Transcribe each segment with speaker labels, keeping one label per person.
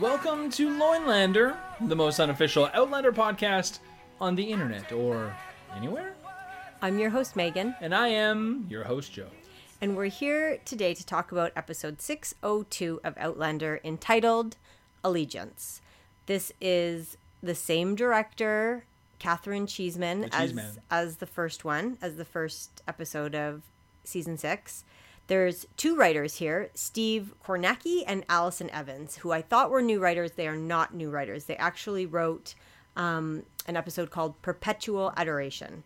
Speaker 1: welcome to Loinlander, the most unofficial Outlander podcast on the internet or anywhere.
Speaker 2: I'm your host, Megan,
Speaker 1: And I am your host, Joe.
Speaker 2: and we're here today to talk about episode 602 of Outlander entitled Allegiance. This is the same director, Catherine Cheeseman,
Speaker 1: The
Speaker 2: as,
Speaker 1: Cheeseman.
Speaker 2: as the first one, as the first episode of season six. There's two writers here, Steve Kornacki and Allison Evans, who I thought were new writers. They are not new writers. They actually wrote um, an episode called Perpetual Adoration,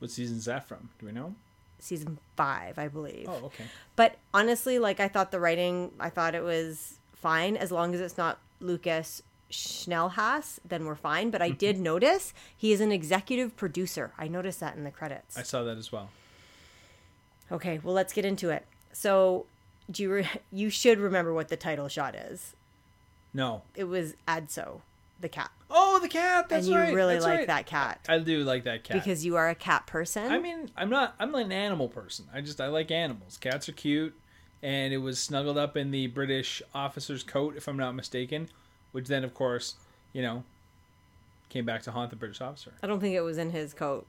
Speaker 1: What season is that from? Do we know?
Speaker 2: season five, I believe.
Speaker 1: Oh, okay.
Speaker 2: But honestly, like I thought the writing, I thought it was fine as long as it's not Lucas Schnellhaas, then we're fine. But I did
Speaker 1: Mm-hmm.
Speaker 2: notice he is an executive producer. I noticed that in the credits.
Speaker 1: I saw that as well.
Speaker 2: Okay, well let's get into it. So, do you re- you should remember what the title shot is?
Speaker 1: No.
Speaker 2: It was Adso, the cat,
Speaker 1: Oh, the cat. That's
Speaker 2: and you
Speaker 1: right.
Speaker 2: really
Speaker 1: that's
Speaker 2: like
Speaker 1: right.
Speaker 2: that cat
Speaker 1: I do like that cat.
Speaker 2: because you are a cat person.
Speaker 1: I mean, I'm not. I'm like an animal person. I just I like animals. Cats are cute, and it was snuggled up in the British officer's coat, if I'm not mistaken, which then, of course, you know, came back to haunt the British officer.
Speaker 2: I don't think it was in his coat.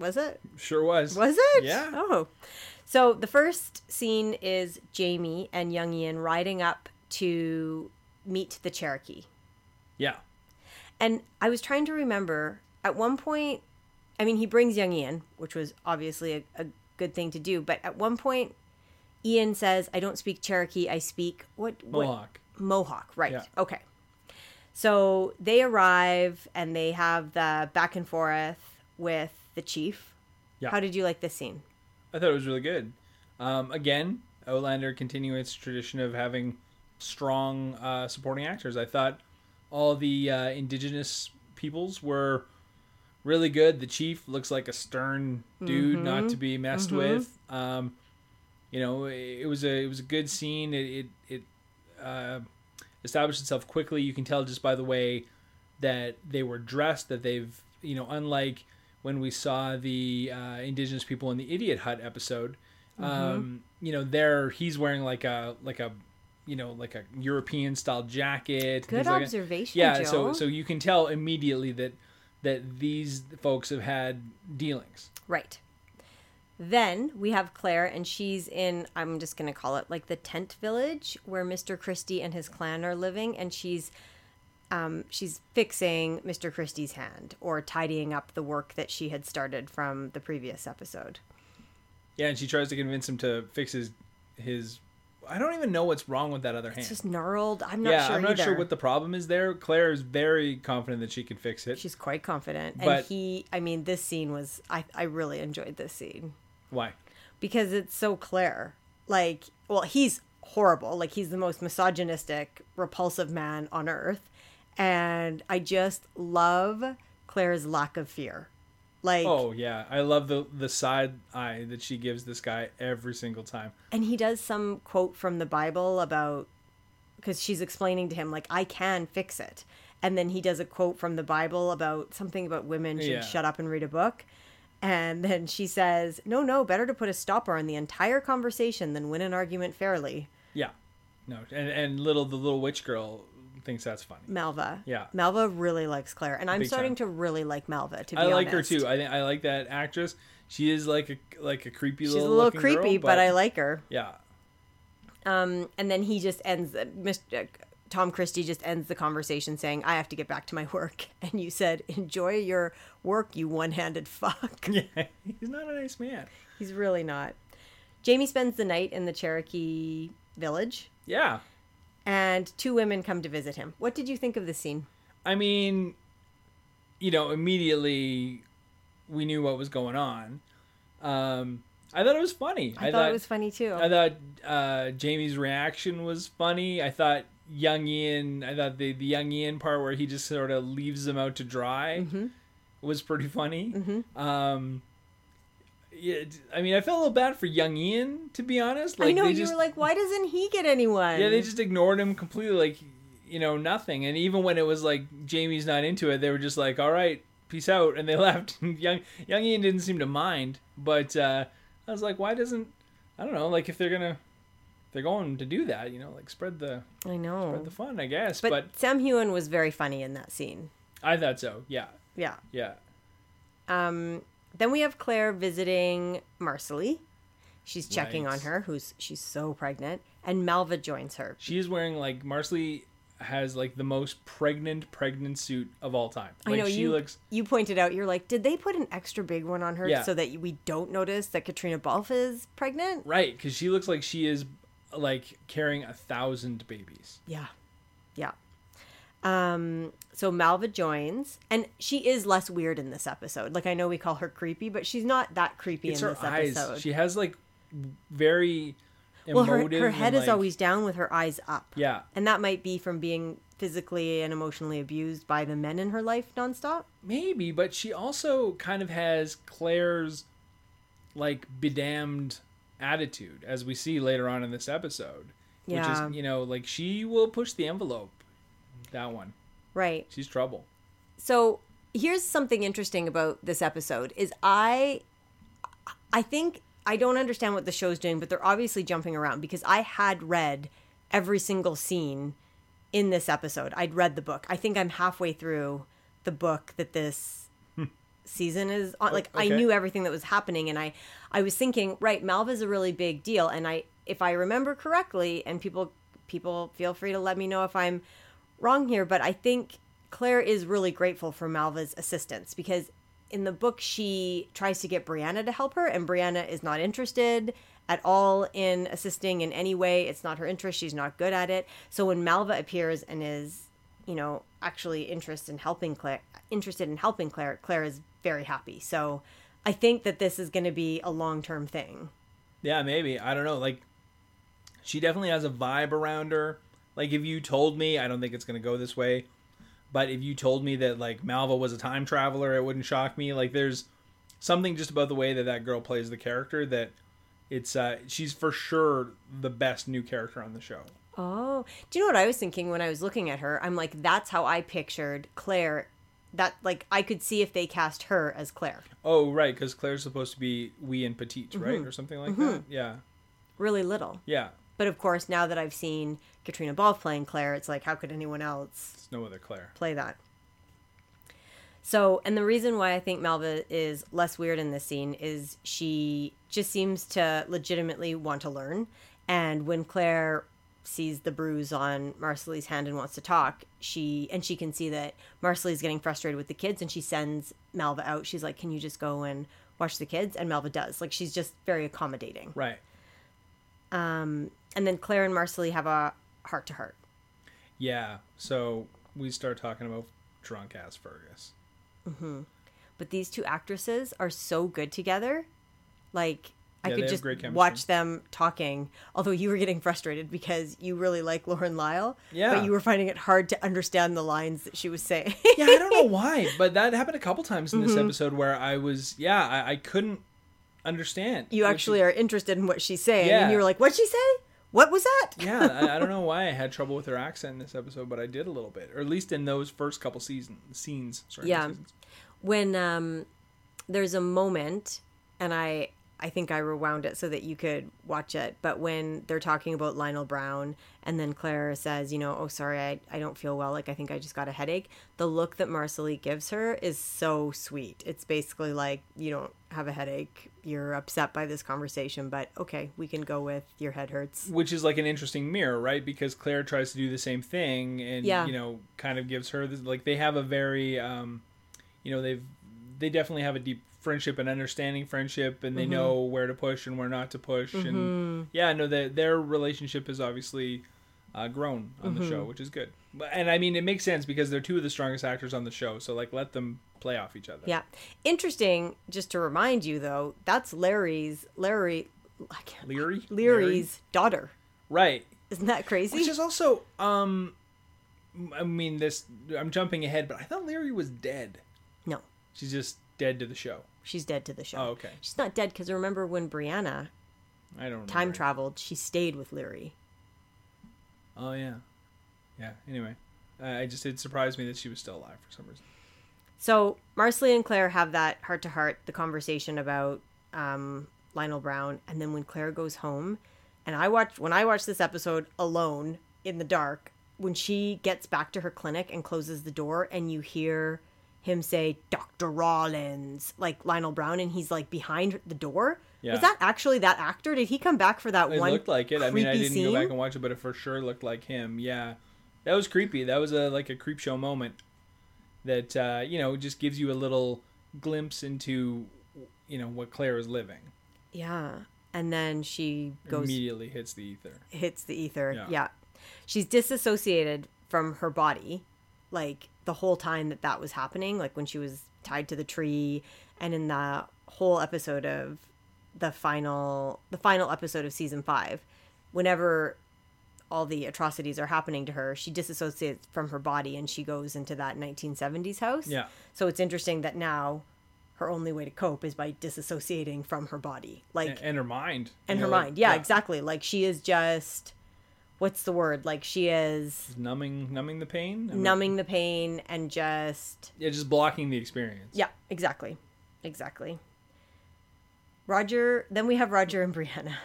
Speaker 2: Was it?
Speaker 1: Sure was.
Speaker 2: Was it?
Speaker 1: Yeah.
Speaker 2: Oh. So the first scene is Jamie and young Ian riding up to meet the Cherokee.
Speaker 1: Yeah.
Speaker 2: And I was trying to remember at one point, I mean, he brings young Ian, which was obviously a, a good thing to do. But at one point, Ian says, I don't speak Cherokee. I speak what? what
Speaker 1: Mohawk.
Speaker 2: Mohawk, right.
Speaker 1: Yeah.
Speaker 2: Okay. So they arrive and they have the back and forth with the chief.
Speaker 1: Yeah.
Speaker 2: How did you like this scene?
Speaker 1: I thought it was really good. Um, again, Outlander continuing its tradition of having strong uh, supporting actors. I thought all the uh, indigenous peoples were really good. The chief looks like a stern dude, not to be messed with. Um, you know, it, it was a it was a good scene. It it, it uh, established itself quickly. You can tell just by the way that they were dressed that they've you know unlike when we saw the uh, indigenous people in the idiot hut episode
Speaker 2: Mm-hmm.
Speaker 1: um, you know there he's wearing like a like a you know like a european style jacket and
Speaker 2: Good
Speaker 1: things like that.
Speaker 2: observation,
Speaker 1: yeah
Speaker 2: Joe.
Speaker 1: so so you can tell immediately that that these folks have had dealings
Speaker 2: Right. Then we have Claire, and she's in, I'm just going to call it like the tent village where Mr. Christie and his clan are living, and she's. Um, she's fixing Mr. Christie's hand or tidying up the work that she had started from the previous episode.
Speaker 1: yeah and she tries to convince him to fix his his i don't even know what's wrong with that other hand
Speaker 2: It's just gnarled. I'm not
Speaker 1: yeah
Speaker 2: sure
Speaker 1: i'm not
Speaker 2: either.
Speaker 1: sure what the problem is there claire is very confident that she can fix it
Speaker 2: She's quite confident.
Speaker 1: But-
Speaker 2: and he, I mean, this scene was, I, I really enjoyed this scene.
Speaker 1: why
Speaker 2: because it's so Claire. Like, well, he's horrible. Like, he's the most misogynistic, repulsive man on earth. And I just love Claire's lack of fear. Like,
Speaker 1: Oh yeah, I love the the side eye that she gives this guy every single time.
Speaker 2: and he does some quote from the Bible about because she's explaining to him, like, I can fix it. And then he does a quote from the Bible about something about women should
Speaker 1: Yeah.
Speaker 2: shut up and read a book. And then she says, No, no, better to put a stopper on the entire conversation than win an argument fairly.
Speaker 1: Yeah, no, and and little the little witch girl thinks that's funny.
Speaker 2: Malva.
Speaker 1: Yeah.
Speaker 2: Malva really likes Claire, and I'm
Speaker 1: Big
Speaker 2: starting
Speaker 1: time.
Speaker 2: to really like Malva. To be
Speaker 1: I like
Speaker 2: honest.
Speaker 1: her too. I think I like that actress. She is like a like a creepy
Speaker 2: She's
Speaker 1: little
Speaker 2: a little
Speaker 1: looking girl,
Speaker 2: creepy, but... I like her.
Speaker 1: yeah.
Speaker 2: Um, and then he just ends. Uh, Mr. uh, Tom Christie just ends the conversation saying, "I have to get back to my work," and you said, "Enjoy your work, you one-handed fuck."
Speaker 1: Yeah, he's not a nice man.
Speaker 2: He's really not. Jamie spends the night in the Cherokee village,
Speaker 1: Yeah,
Speaker 2: and two women come to visit him. What did you think of this scene?
Speaker 1: I mean, you know, immediately we knew what was going on. Um, I thought it was funny.
Speaker 2: I, thought, it was funny too.
Speaker 1: I thought uh, Jamie's reaction was funny. I thought young Ian, I thought the, the young Ian part where he just sort of leaves them out to dry
Speaker 2: Mm-hmm.
Speaker 1: was pretty funny. Um, yeah, I mean, I felt a little bad for young Ian, to be honest.
Speaker 2: I know
Speaker 1: they
Speaker 2: you
Speaker 1: just,
Speaker 2: were like, "Why doesn't he get anyone?"
Speaker 1: yeah, they just ignored him completely, like you know nothing. And even when it was like Jamie's not into it, they were just like, "All right, peace out," and they left. And young Young Ian didn't seem to mind, but uh, I was like, "Why doesn't I don't know? Like if they're gonna if they're going to do that, you know, like spread the
Speaker 2: I know.
Speaker 1: spread the fun, I guess.
Speaker 2: but,
Speaker 1: But,
Speaker 2: Sam Hewen was very funny in that scene.
Speaker 1: I thought so. Yeah,
Speaker 2: Yeah.
Speaker 1: yeah.
Speaker 2: Um, then we have Claire visiting Marcelly. She's checking
Speaker 1: Right.
Speaker 2: on her, who's she's so pregnant, and Malva joins her.
Speaker 1: She is wearing like Marsley has like the most pregnant pregnant suit of all time. Like
Speaker 2: I know
Speaker 1: she
Speaker 2: you.
Speaker 1: looks
Speaker 2: you pointed out. You're like, did they put an extra big one on her
Speaker 1: Yeah.
Speaker 2: so that we don't notice that Katrina Balfe is pregnant?
Speaker 1: right because she looks like she is like carrying a thousand babies.
Speaker 2: Yeah, yeah. Um, so Malva joins, and she is less weird in this episode. Like I know we call her creepy, but she's not that creepy
Speaker 1: It's
Speaker 2: in
Speaker 1: her
Speaker 2: this
Speaker 1: eyes.
Speaker 2: episode.
Speaker 1: She has like very
Speaker 2: well,
Speaker 1: emotive.
Speaker 2: her, her
Speaker 1: and,
Speaker 2: head is
Speaker 1: like-
Speaker 2: always down with her eyes up.
Speaker 1: yeah
Speaker 2: And that might be from being physically and emotionally abused by the men in her life nonstop.
Speaker 1: maybe, but she also kind of has Claire's like bedamned attitude as we see later on in this episode,
Speaker 2: Yeah.
Speaker 1: which is you know like she will push the envelope. That one,
Speaker 2: Right.
Speaker 1: she's trouble.
Speaker 2: So here's something interesting about this episode is I I think I don't understand what the show's doing, but they're obviously jumping around because I had read every single scene in this episode. I'd read the book. I think I'm halfway through the book that this season is on. Like I
Speaker 1: okay.
Speaker 2: knew everything that was happening and I I was thinking, right, Malva's a really big deal and I if I remember correctly and people people feel free to let me know if I'm wrong here, but I think Claire is really grateful for Malva's assistance because in the book she tries to get Brianna to help her and Brianna is not interested at all in assisting in any way. It's not her interest. She's not good at it. So when Malva appears and is, you know, actually interested in helping Claire, interested in helping Claire, Claire is very happy. So I think that this is going to be a long-term thing.
Speaker 1: Yeah, maybe. I don't know. Like, she definitely has a vibe around her. Like, if you told me, I don't think it's going to go this way. But if you told me that, like, Malva was a time traveler, it wouldn't shock me. Like, there's something just about the way that that girl plays the character that it's, uh, she's for sure the best new character on the show.
Speaker 2: Oh, do you know what I was thinking when I was looking at her? I'm like, that's how I pictured Claire. That like I could see if they cast her as Claire.
Speaker 1: Oh, right. Because Claire's supposed to be wee and petite, right? Or something like that. Yeah.
Speaker 2: Really little.
Speaker 1: Yeah.
Speaker 2: But of course, now that I've seen Katrina Ball playing Claire, it's like, how could anyone else
Speaker 1: It's no other Claire.
Speaker 2: play that? So, and the reason why I think Malva is less weird in this scene is she just seems to legitimately want to learn. And when Claire sees the bruise on Marcelly's hand and wants to talk, she and she can see that Marcelly's getting frustrated with the kids and she sends Malva out. She's like, "Can you just go and watch the kids?" And Malva does. Like she's just very accommodating.
Speaker 1: Right.
Speaker 2: And then Claire and Marcelly have a heart to heart.
Speaker 1: Yeah. So we start talking about drunk ass Fergus.
Speaker 2: but these two actresses are so good together. Like I
Speaker 1: Yeah, they
Speaker 2: could
Speaker 1: have
Speaker 2: just
Speaker 1: great chemistry.
Speaker 2: watch them talking. Although you were getting frustrated because you really like Lauren Lyle,
Speaker 1: Yeah.
Speaker 2: but you were finding it hard to understand the lines that she was saying.
Speaker 1: yeah, I don't know why, but that happened a couple times in this
Speaker 2: Mm-hmm.
Speaker 1: episode where I was, yeah, I, I couldn't understand.
Speaker 2: you
Speaker 1: Like,
Speaker 2: actually are interested in what she's saying,
Speaker 1: Yeah.
Speaker 2: and you were like, "What'd she say? What was that?"
Speaker 1: yeah, I, I don't know why I had trouble with her accent in this episode, but I did a little bit, or at least in those first couple season scenes. Sorry,
Speaker 2: Yeah.
Speaker 1: seasons.
Speaker 2: when um there's a moment and i i think i rewound it so that you could watch it but when they're talking about lionel brown and then claire says you know oh sorry i, I don't feel well like i think i just got a headache the look that marcelly gives her is so sweet it's basically like you don't have a headache you're upset by this conversation but okay we can go with your head hurts
Speaker 1: which is like an interesting mirror, right? Because Claire tries to do the same thing, and
Speaker 2: Yeah.
Speaker 1: you know, kind of gives her this, like they have a very, um, you know, they've they definitely have a deep friendship and understanding friendship, and they
Speaker 2: Mm-hmm.
Speaker 1: know where to push and where not to push, and yeah, no, their their relationship is obviously uh, grown on the
Speaker 2: Mm-hmm.
Speaker 1: show, which is good. But- And I mean, it makes sense because they're two of the strongest actors on the show, so like let them play off each other.
Speaker 2: Yeah. Interesting, just to remind you though, that's Larry's Larry I can't,
Speaker 1: Leary, Leary?
Speaker 2: Leary's daughter.
Speaker 1: right?
Speaker 2: Isn't that crazy?
Speaker 1: Which is also, um, I mean, this I'm jumping ahead, but I thought Leary was dead.
Speaker 2: No,
Speaker 1: She's just dead to the show.
Speaker 2: she's dead to the show.
Speaker 1: Oh, okay.
Speaker 2: She's not dead because remember when Brianna
Speaker 1: I don't remember.
Speaker 2: time traveled, she stayed with Leary.
Speaker 1: Oh yeah, yeah. Anyway, I I just it surprised me that she was still alive for some reason.
Speaker 2: So Marcelly and Claire have that heart to heart, the conversation about um, Lionel Brown, and then when Claire goes home, And I watched when I watched this episode alone in the dark when she gets back to her clinic and closes the door and you hear him say Dr. Rollins like Lionel Brown and he's like behind the door.
Speaker 1: Yeah.
Speaker 2: Was that actually that actor? Did he come back for that
Speaker 1: It
Speaker 2: one?
Speaker 1: looked like it. I mean, I
Speaker 2: creepy
Speaker 1: didn't go back
Speaker 2: scene?
Speaker 1: and watch it, but it for sure looked like him. Yeah, that was creepy. That was a like a creep show moment that uh, you know just gives you a little glimpse into you know what Claire is living.
Speaker 2: Yeah. And then she goes
Speaker 1: Immediately hits the ether.
Speaker 2: hits the ether.
Speaker 1: Yeah.
Speaker 2: Yeah. She's disassociated from her body like the whole time that that was happening, like when she was tied to the tree and in the whole episode of the final the final episode of season 5 whenever all the atrocities are happening to her, she disassociates from her body and she goes into that 1970s house.
Speaker 1: Yeah.
Speaker 2: So it's interesting that now her only way to cope is by disassociating from her body. Like
Speaker 1: A- and her mind.
Speaker 2: and
Speaker 1: you
Speaker 2: her
Speaker 1: know,
Speaker 2: mind. Yeah, exactly. Like she is just what's the word? Like she is
Speaker 1: Numbing, numbing the pain. I mean,
Speaker 2: numbing the pain and just
Speaker 1: Yeah, just blocking the experience.
Speaker 2: yeah, exactly. Exactly. Roger, then we have Roger and Brianna.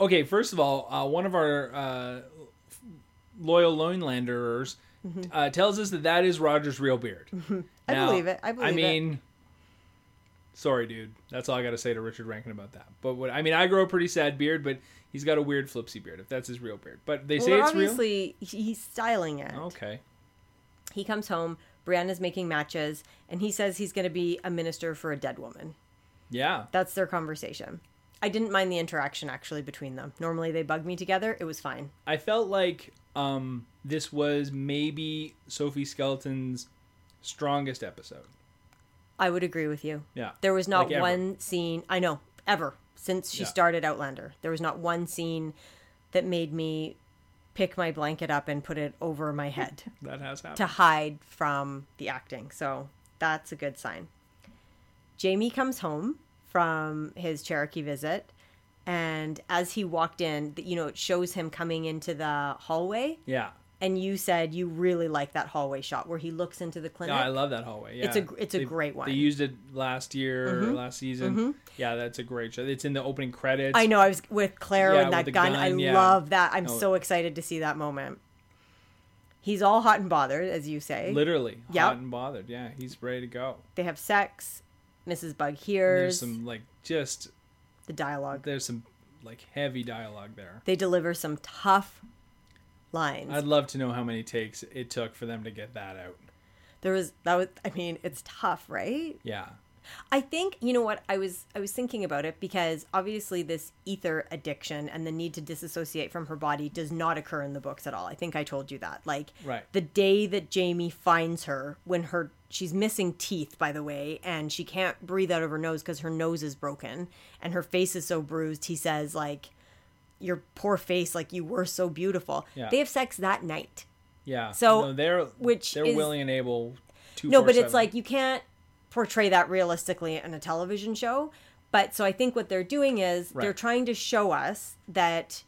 Speaker 1: Okay, first of all, uh, one of our uh, loyal Lonelanderers uh, tells us that that is Roger's real beard.
Speaker 2: Mm-hmm. I believe it. I believe it.
Speaker 1: mean, sorry, dude. That's all I got to say to Richard Rankin about that. But what I mean, I grow a pretty sad beard, but he's got a weird flipsy beard. If that's his real Oh. beard, but they say
Speaker 2: Well,
Speaker 1: it's
Speaker 2: obviously he- he's styling it.
Speaker 1: real. Okay.
Speaker 2: He comes home, Brianna's making matches, and he says he's going to be a minister for a dead woman.
Speaker 1: Yeah.
Speaker 2: That's their conversation. I didn't mind the interaction actually between them. Normally they bug me together. It was fine.
Speaker 1: I felt like um, this was maybe Sophie Skeleton's strongest episode.
Speaker 2: I would agree with you.
Speaker 1: Yeah.
Speaker 2: There was not
Speaker 1: Like ever.
Speaker 2: one scene I know ever since she
Speaker 1: Yeah.
Speaker 2: started Outlander. There was not one scene that made me pick my blanket up and put it over my head
Speaker 1: That has happened.
Speaker 2: to hide from the acting. So that's a good sign. Jamie comes home from his Cherokee visit and as he walked in, you know, it shows him coming into the hallway
Speaker 1: yeah.
Speaker 2: and you said you really like that hallway shot where he looks into the
Speaker 1: No,
Speaker 2: clinic.
Speaker 1: I love that hallway. Yeah.
Speaker 2: It's a gr- it's a
Speaker 1: They-
Speaker 2: great one. Mm-hmm.
Speaker 1: They used it last year, or last season. Yeah, that's a great show. It's in the opening credits.
Speaker 2: I know. I was with Claire
Speaker 1: Yeah,
Speaker 2: and
Speaker 1: with
Speaker 2: that
Speaker 1: the
Speaker 2: gun. I
Speaker 1: gun, yeah. Oh.
Speaker 2: love that. I'm
Speaker 1: No.
Speaker 2: so excited to see that moment. He's all hot and bothered, as you say.
Speaker 1: Literally,
Speaker 2: Yep.
Speaker 1: hot and bothered. Yeah, he's ready to go.
Speaker 2: They have sex. Mrs. Bug
Speaker 1: There's
Speaker 2: hears
Speaker 1: some like just
Speaker 2: the dialogue.
Speaker 1: there's some like heavy dialogue there.
Speaker 2: They deliver some tough lines.
Speaker 1: I'd love to know how many takes it took for them to get that out.
Speaker 2: there was that was. I mean, it's tough, right?
Speaker 1: Yeah,
Speaker 2: I think you know what I was I was thinking about it because obviously this ether addiction and the need to disassociate from her body does not occur in the books at all. I think I told you that. Like
Speaker 1: Right.
Speaker 2: the day that Jamie finds her when her she's missing teeth by the way and she can't breathe out of her nose cuz her nose is broken and her face is so bruised he says like your poor face like you were so beautiful.
Speaker 1: Yeah.
Speaker 2: They have sex that night.
Speaker 1: yeah.
Speaker 2: So,
Speaker 1: No, they're
Speaker 2: which
Speaker 1: they're
Speaker 2: is-
Speaker 1: willing and able. to
Speaker 2: No, but it's like you can't portray that realistically in a television show. But so I think what they're doing is they're
Speaker 1: Right.
Speaker 2: trying to show us that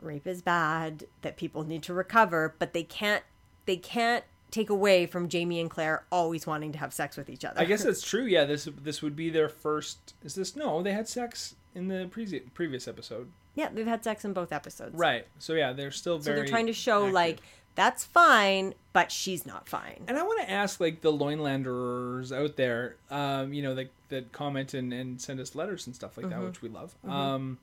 Speaker 2: rape is bad, that people need to recover, but they can't they can't take away from Jamie and Claire always wanting to have sex with each other.
Speaker 1: I guess that's true. Yeah, this this would be their first. Is this no? They had sex in the previous previous episode.
Speaker 2: yeah, they've had sex in both episodes.
Speaker 1: Right. So yeah, they're still
Speaker 2: So
Speaker 1: very.
Speaker 2: they're trying to show
Speaker 1: active.
Speaker 2: like that's fine, but she's not fine.
Speaker 1: And I want to ask, like, the Loinlanders out there, um, you know, that that comment and, and send us letters and stuff like
Speaker 2: Mm-hmm.
Speaker 1: that, which we love. Um,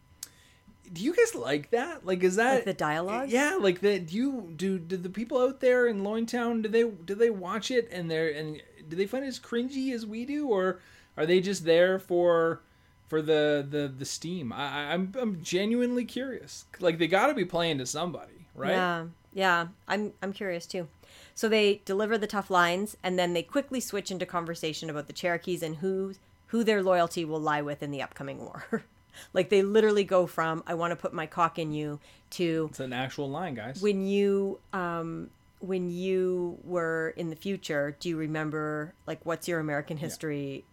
Speaker 1: do you guys like that? Like, is that
Speaker 2: Like the dialogue?
Speaker 1: Yeah, like that. Do you do? Do the people out there in Lointown do they do they watch it and they're and do they find it as cringy as we do, or are they just there for? For the, the, the steam, I, I- I'm I'm genuinely curious. Like they got to be playing to somebody, right?
Speaker 2: Yeah, yeah. I'm I'm curious too. So they deliver the tough lines, and then they quickly switch into conversation about the Cherokees and who who their loyalty will lie with in the upcoming war. like they literally go from "I want to put my cock in you" to
Speaker 1: It's an actual line, guys.
Speaker 2: when you um, when you were in the future. Do you remember like what's your American history?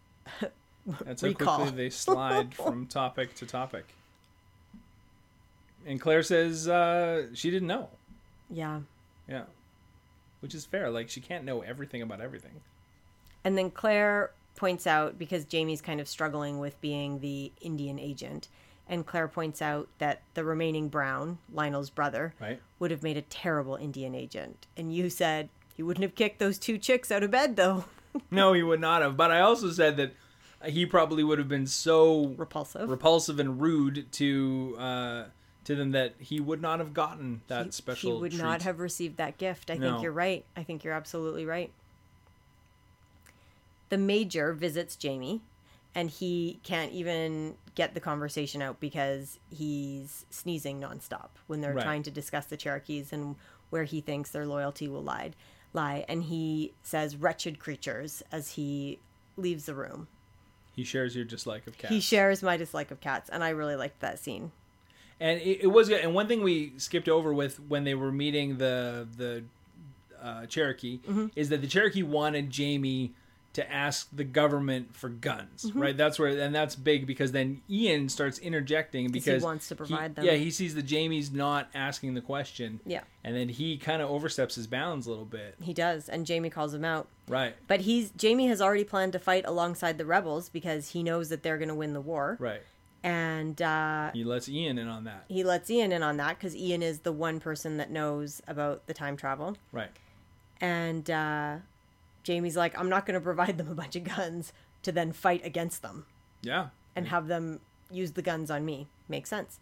Speaker 1: That's how
Speaker 2: recall.
Speaker 1: quickly they slide from topic to topic. And Claire says uh, she didn't know.
Speaker 2: Yeah.
Speaker 1: Yeah. Which is fair. Like, she can't know everything about everything.
Speaker 2: And then Claire points out because Jamie's kind of struggling with being the Indian agent And Claire points out that the remaining Brown, Lionel's brother,
Speaker 1: Right.
Speaker 2: would have made a terrible Indian agent. And you said he wouldn't have kicked those two chicks out of bed, though.
Speaker 1: No, he would not have. But I also said that he probably would have been so
Speaker 2: Repulsive.
Speaker 1: repulsive and rude to uh, to them that he would not have gotten that special.
Speaker 2: He would
Speaker 1: treat.
Speaker 2: not have received that gift. I
Speaker 1: No.
Speaker 2: think you're right. I think you're absolutely right. The major visits Jamie, and he can't even get the conversation out because he's sneezing nonstop when they're
Speaker 1: Right.
Speaker 2: trying to discuss the Cherokees and where he thinks their loyalty will lie. Lie, and he says "wretched creatures" as he leaves the room.
Speaker 1: He shares your dislike of cats.
Speaker 2: He shares my dislike of cats, and I really liked that scene.
Speaker 1: and it, it was good. And one thing we skipped over with when they were meeting the the uh, Cherokee
Speaker 2: Mm-hmm.
Speaker 1: is that the Cherokee wanted Jamie to ask the government for guns,
Speaker 2: Mm-hmm.
Speaker 1: right? That's where, and that's big because then Ian starts interjecting
Speaker 2: he
Speaker 1: because
Speaker 2: wants to provide them.
Speaker 1: Yeah, he sees that Jamie's not asking the question.
Speaker 2: Yeah.
Speaker 1: and then he kind of oversteps his bounds a little bit,
Speaker 2: He does, and Jamie calls him out.
Speaker 1: right?
Speaker 2: But he's Jamie has already planned to fight alongside the rebels because he knows that they're going to win the war,
Speaker 1: Right.
Speaker 2: and uh,
Speaker 1: He lets Ian in on that,
Speaker 2: he lets Ian in on that because Ian is the one person that knows about the time travel.
Speaker 1: right?
Speaker 2: And uh, Jamie's like, "I'm not going to provide them a bunch of guns to then fight against them
Speaker 1: Yeah,
Speaker 2: and have them use the guns on me." Makes sense.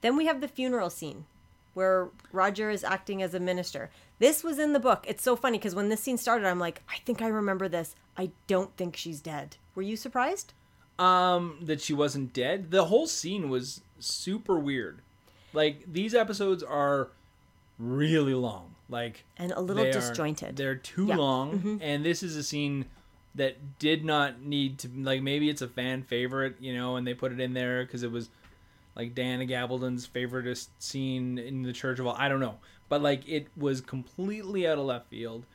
Speaker 2: Then we have the funeral scene where Roger is acting as a minister. This was in the book. It's so funny because when this scene started, I'm like, I think I remember this. I don't think she's dead. Were you surprised?
Speaker 1: um that she wasn't dead the whole scene was super weird like these episodes are really long like
Speaker 2: And a little
Speaker 1: they are-
Speaker 2: disjointed.
Speaker 1: they're too
Speaker 2: Yeah.
Speaker 1: long and this is a scene that did not need to like maybe it's a fan favorite you know and they put it in there because it was like Diana Gabaldon's favoriteest scene in the Church of All. I don't know, but like it was completely out of left field,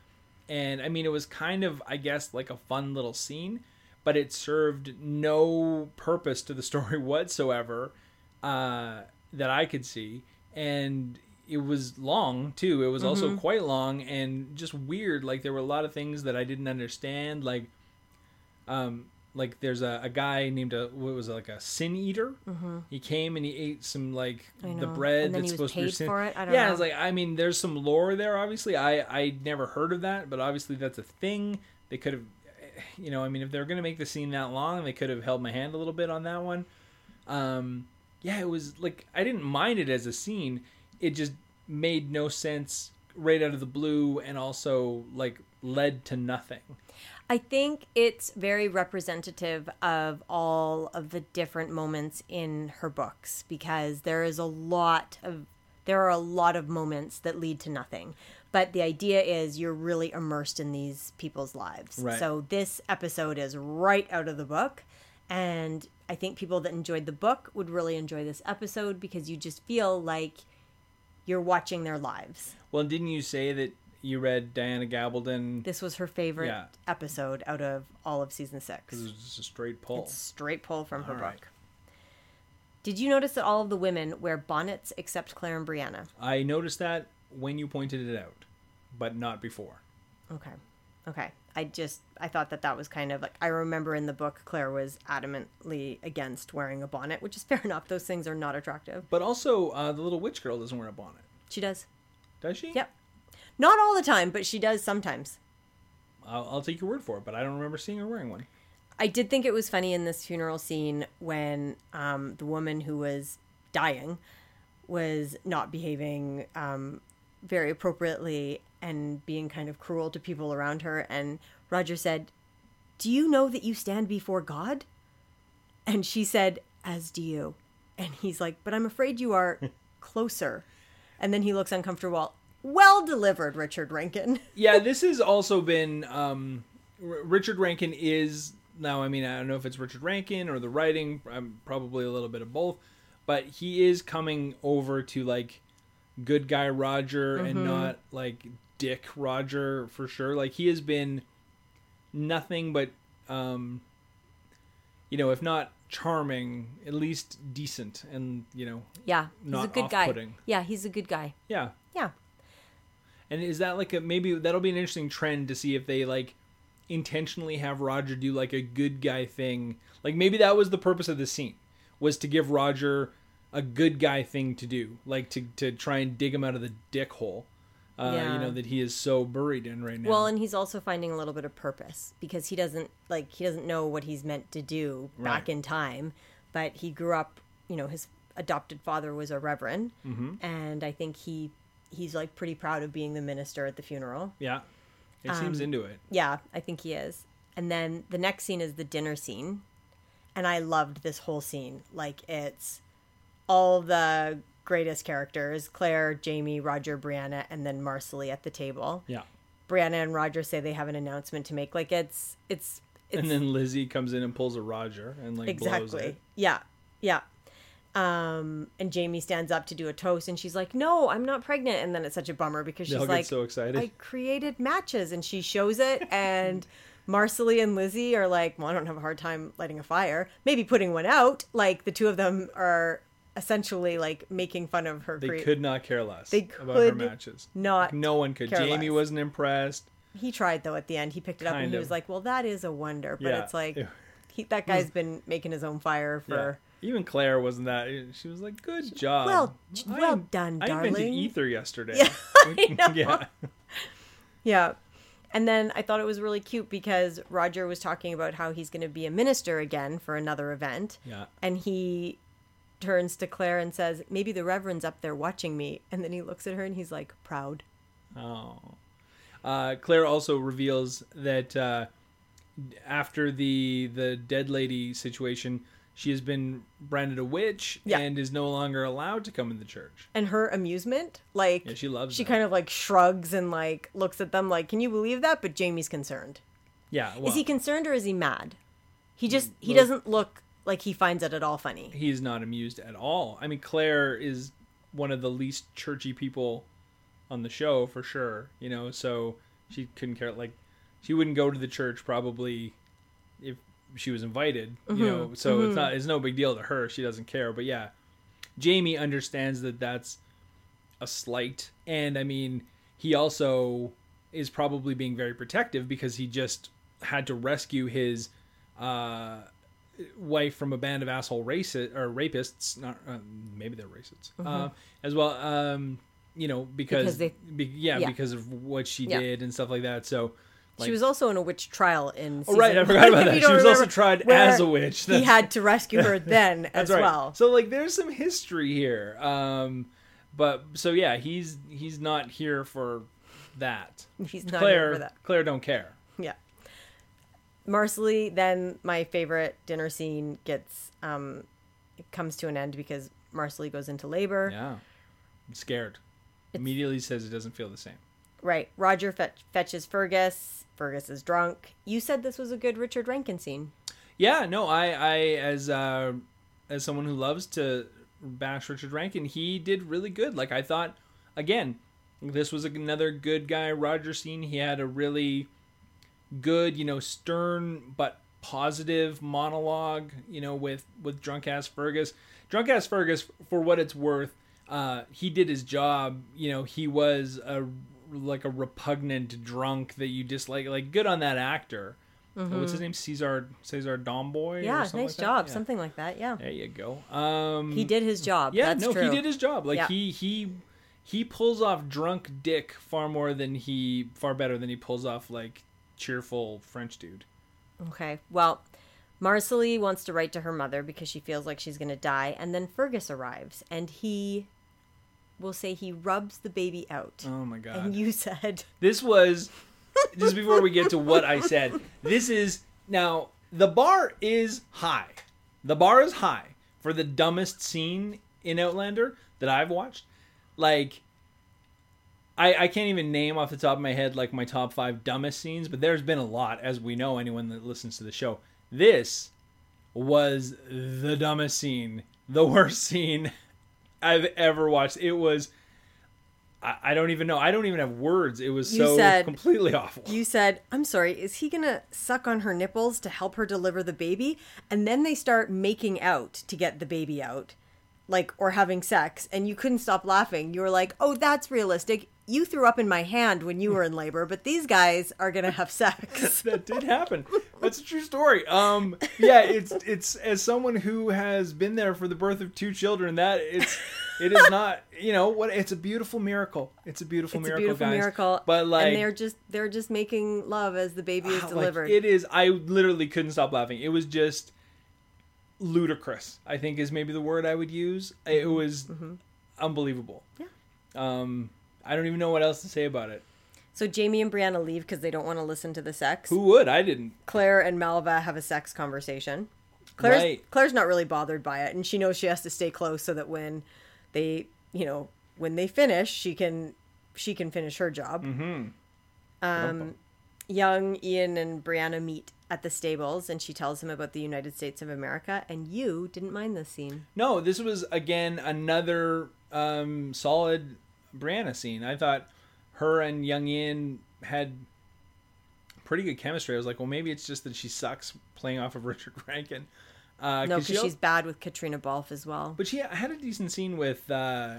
Speaker 1: and I mean it was kind of I guess like a fun little scene, but it served no purpose to the story whatsoever uh, that I could see, and it was long too. It was
Speaker 2: Mm-hmm.
Speaker 1: also quite long and just weird. Like there were a lot of things that I didn't understand, like um like there's a, a guy named a what was it, like a sin eater he came and he ate some like
Speaker 2: Mm-hmm. I
Speaker 1: the
Speaker 2: know.
Speaker 1: bread
Speaker 2: And then
Speaker 1: that's
Speaker 2: he was
Speaker 1: supposed to be
Speaker 2: paid
Speaker 1: sin-
Speaker 2: for it? I don't
Speaker 1: yeah
Speaker 2: know.
Speaker 1: i was like i mean there's some lore there obviously i i never heard of that but obviously that's a thing they could have eh, you know i mean if they were going to make the scene that long they could have held my hand a little bit on that one um yeah it was like i didn't mind it as a scene it just made no sense right out of the blue and also like led to nothing
Speaker 2: I think it's very representative of all of the different moments in her books because there is a lot of there are a lot of moments that lead to nothing. But the idea is you're really immersed in these people's lives.
Speaker 1: Right.
Speaker 2: So this episode is right out of the book and I think people that enjoyed the book would really enjoy this episode because you just feel like you're watching their lives.
Speaker 1: Well, didn't you say that you read Diana Gabaldon?
Speaker 2: This was her favorite
Speaker 1: Yeah.
Speaker 2: episode out of all of season 6.
Speaker 1: This is just a straight pull.
Speaker 2: Straight pull from her
Speaker 1: All
Speaker 2: book.
Speaker 1: right.
Speaker 2: Did you notice that all of the women wear bonnets except Claire and Brianna?
Speaker 1: I noticed that when you pointed it out, but not before.
Speaker 2: Okay. Okay. I just I thought that that was kind of like I remember in the book Claire was adamantly against wearing a bonnet, which is fair enough. Those things are not attractive.
Speaker 1: But also, uh, the little witch girl doesn't wear a bonnet,
Speaker 2: She does.
Speaker 1: does she?
Speaker 2: Yep. Not all the time, but she does sometimes.
Speaker 1: I'll, I'll take your word for it, but I don't remember seeing her wearing one.
Speaker 2: I did think it was funny in this funeral scene when um, the woman who was dying was not behaving um, very appropriately and being kind of cruel to people around her. And Roger said, Do you know that you stand before God? And she said, As do you. And he's like, But I'm afraid you are closer. And then he looks uncomfortable. Well delivered, Richard Rankin.
Speaker 1: yeah, this has also been um, R- Richard Rankin is now. I mean, I don't know if it's Richard Rankin or the writing. I'm probably a little bit of both, but he is coming over to like good guy Roger and not like Dick Roger for sure. Like he has been nothing but, um, you know, if not charming, at least decent, and you know,
Speaker 2: Yeah,
Speaker 1: he's a Not good guy. off-putting.
Speaker 2: Yeah, he's a good guy.
Speaker 1: yeah.
Speaker 2: Yeah.
Speaker 1: And is that like a maybe that'll be an interesting trend to see if they like intentionally have Roger do like a good guy thing. Like maybe that was the purpose of the scene was to give Roger a good guy thing to do, like to to try and dig him out of the dick hole, uh,
Speaker 2: Yeah.
Speaker 1: you know, that he is so buried in right now.
Speaker 2: Well, and he's also finding a little bit of purpose because he doesn't like he doesn't know what he's meant to do back
Speaker 1: Right.
Speaker 2: in time, but he grew up, you know, his adopted father was a reverend, and I think he he's like pretty proud of being the minister at the funeral.
Speaker 1: yeah, it
Speaker 2: um,
Speaker 1: seems into it.
Speaker 2: Yeah, I think he is. And then the next scene is the dinner scene. And I loved this whole scene. Like it's all the greatest characters, Claire, Jamie, Roger, Brianna, and then Marcelly at the table.
Speaker 1: Yeah,
Speaker 2: Brianna and Roger say they have an announcement to make. Like it's it's it's
Speaker 1: and then Lizzie comes in and pulls a Roger and like blows
Speaker 2: exactly
Speaker 1: it.
Speaker 2: yeah yeah. Um, and Jamie stands up to do a toast, and she's like, "No, I'm not pregnant." And then it's such a bummer because
Speaker 1: They
Speaker 2: she's
Speaker 1: all
Speaker 2: like,
Speaker 1: get so excited.
Speaker 2: "I created matches," and she shows it, and Marcelly and Lizzie are like, "Well, I don't have a hard time lighting a fire. Maybe putting one out." Like the two of them are essentially like making fun of her.
Speaker 1: they
Speaker 2: crea-
Speaker 1: could not care less
Speaker 2: They
Speaker 1: about her
Speaker 2: could
Speaker 1: matches.
Speaker 2: not
Speaker 1: no one could.
Speaker 2: care
Speaker 1: Jamie
Speaker 2: less.
Speaker 1: wasn't impressed.
Speaker 2: He tried though at the end. He picked it up and
Speaker 1: Kind
Speaker 2: he
Speaker 1: of.
Speaker 2: was like, "Well, that is a wonder." But
Speaker 1: Yeah.
Speaker 2: it's like
Speaker 1: Ew.
Speaker 2: he, that guy's been making his own fire
Speaker 1: Mm. Yeah.
Speaker 2: for.
Speaker 1: Even Claire wasn't that. She was like, "Good job,
Speaker 2: well, j-
Speaker 1: I-
Speaker 2: well done,
Speaker 1: I invented
Speaker 2: darling."
Speaker 1: ether yesterday.
Speaker 2: Yeah, I know.
Speaker 1: yeah.
Speaker 2: Yeah. And then I thought it was really cute because Roger was talking about how he's going to be a minister again for another event.
Speaker 1: Yeah.
Speaker 2: And he turns to Claire and says, "Maybe the reverend's up there watching me." And then he looks at her and he's like, "Proud."
Speaker 1: Oh. Uh, Claire also reveals that uh, after the the dead lady situation, she has been branded a witch
Speaker 2: Yeah.
Speaker 1: and is no longer allowed to come in the church.
Speaker 2: And her amusement, like
Speaker 1: Yeah, she loves
Speaker 2: She
Speaker 1: that.
Speaker 2: kind of like shrugs and like looks at them like, "Can you believe that?" But Jamie's concerned.
Speaker 1: Yeah, well,
Speaker 2: Is he concerned or is he mad? He just he
Speaker 1: well-
Speaker 2: doesn't look like he finds it at all funny.
Speaker 1: he's not amused at all. I mean, Claire is one of the least churchy people on the show for sure. You know, so she couldn't care. Like, she wouldn't go to the church probably if she was invited. You know, so it's not it's no big deal to her. She doesn't care. But yeah, Jamie understands that that's a slight, and I mean, he also is probably being very protective because he just had to rescue his uh wife from a band of asshole racists or rapists. Not um, maybe they're racists uh, as well. Um, you know because,
Speaker 2: Mm-hmm. Because they-
Speaker 1: be, yeah,
Speaker 2: yeah.
Speaker 1: because of what she
Speaker 2: Yeah.
Speaker 1: did and stuff like that. So like,
Speaker 2: she was also in a witch trial in.
Speaker 1: oh, right.
Speaker 2: season
Speaker 1: I forgot
Speaker 2: one,
Speaker 1: about
Speaker 2: if
Speaker 1: that.
Speaker 2: you
Speaker 1: She was
Speaker 2: don't
Speaker 1: also
Speaker 2: remember,
Speaker 1: tried
Speaker 2: where
Speaker 1: as a witch.
Speaker 2: He had to rescue her then as well.
Speaker 1: So like there's some history here. Um, but so yeah, he's he's not here for that.
Speaker 2: He's not
Speaker 1: Claire,
Speaker 2: here for that.
Speaker 1: Claire don't care.
Speaker 2: Yeah. Marcelly, then my favorite dinner scene gets um, it comes to an end because Marcelly goes into labor.
Speaker 1: Yeah, I'm scared. Immediately says it doesn't feel the same.
Speaker 2: Right. Roger fetch, fetches Fergus. Fergus is drunk. You said this was a good Richard Rankin scene.
Speaker 1: Yeah, no, I, I as uh, as someone who loves to bash Richard Rankin, he did really good. Like I thought, again, this was another good guy Roger scene. He had a really good, you know, stern but positive monologue, you know, with with drunk ass Fergus. Drunk ass Fergus, for what it's worth, uh, he did his job. You know, he was a like a repugnant drunk that you dislike. Like, good on that actor. Uh, What's his name? Cesar Cesar Domboy.
Speaker 2: Mm-hmm.
Speaker 1: or
Speaker 2: Yeah, nice
Speaker 1: something like that?
Speaker 2: job.
Speaker 1: Yeah.
Speaker 2: Something like that. Yeah.
Speaker 1: There you go. Um,
Speaker 2: He did his job.
Speaker 1: yeah,
Speaker 2: That's
Speaker 1: no,
Speaker 2: true.
Speaker 1: he did his job. Like
Speaker 2: Yeah.
Speaker 1: he he he pulls off drunk dick far more than he far better than he pulls off like cheerful French dude.
Speaker 2: Okay. Well, Marcelly wants to write to her mother because she feels like she's going to die. And then Fergus arrives and he will say he rubs the baby out.
Speaker 1: Oh my god.
Speaker 2: and you said,
Speaker 1: this was just before we get to what I said. This is now the bar is high. The bar is high for the dumbest scene in Outlander that I've watched. Like I, I can't even name off the top of my head like my top five dumbest scenes, but there's been a lot, as we know, anyone that listens to the show. This was the dumbest scene, the worst scene I've ever watched. It was I, I don't even know. I don't even have words. It was
Speaker 2: You
Speaker 1: so
Speaker 2: said-
Speaker 1: completely awful.
Speaker 2: you said, I'm sorry, is he going to suck on her nipples to help her deliver the baby? And then they start making out to get the baby out, like, or having sex. And you couldn't stop laughing. You were like, oh, that's realistic. You threw up in my hand when you were in labor, but these guys are going to have sex.
Speaker 1: that did happen. That's a true story. Um, yeah, it's it's as someone who has been there for the birth of two children, that it's it is not you know what it's a beautiful miracle. It's a beautiful
Speaker 2: It's a
Speaker 1: miracle,
Speaker 2: beautiful
Speaker 1: guys.
Speaker 2: miracle.
Speaker 1: But like,
Speaker 2: and they're just they're just making love as the baby is
Speaker 1: like,
Speaker 2: delivered.
Speaker 1: it is. I literally couldn't stop laughing. It was just ludicrous. I think is maybe the word I would use. It was unbelievable.
Speaker 2: Mm-hmm. Yeah.
Speaker 1: Um, I don't even know what else to say about it.
Speaker 2: so Jamie and Brianna leave because they don't want to listen to the sex.
Speaker 1: Who would? I didn't.
Speaker 2: Claire and Malva have a sex conversation. Claire's
Speaker 1: Right.
Speaker 2: Claire's not really bothered by it, and she knows she has to stay close so that when they, you know, when they finish, she can she can finish her job.
Speaker 1: Mm-hmm.
Speaker 2: Um, young Ian and Brianna meet at the stables, and she tells him about the United States of America. And you didn't mind this scene.
Speaker 1: No, this was again another um, solid Brianna scene. I thought her and Young In had pretty good chemistry. I was like, well, maybe it's just that she sucks playing off of Richard Rankin. Uh,
Speaker 2: No, because
Speaker 1: she al-
Speaker 2: she's bad with Katrina Balfe as well.
Speaker 1: But she had a decent scene with. Uh,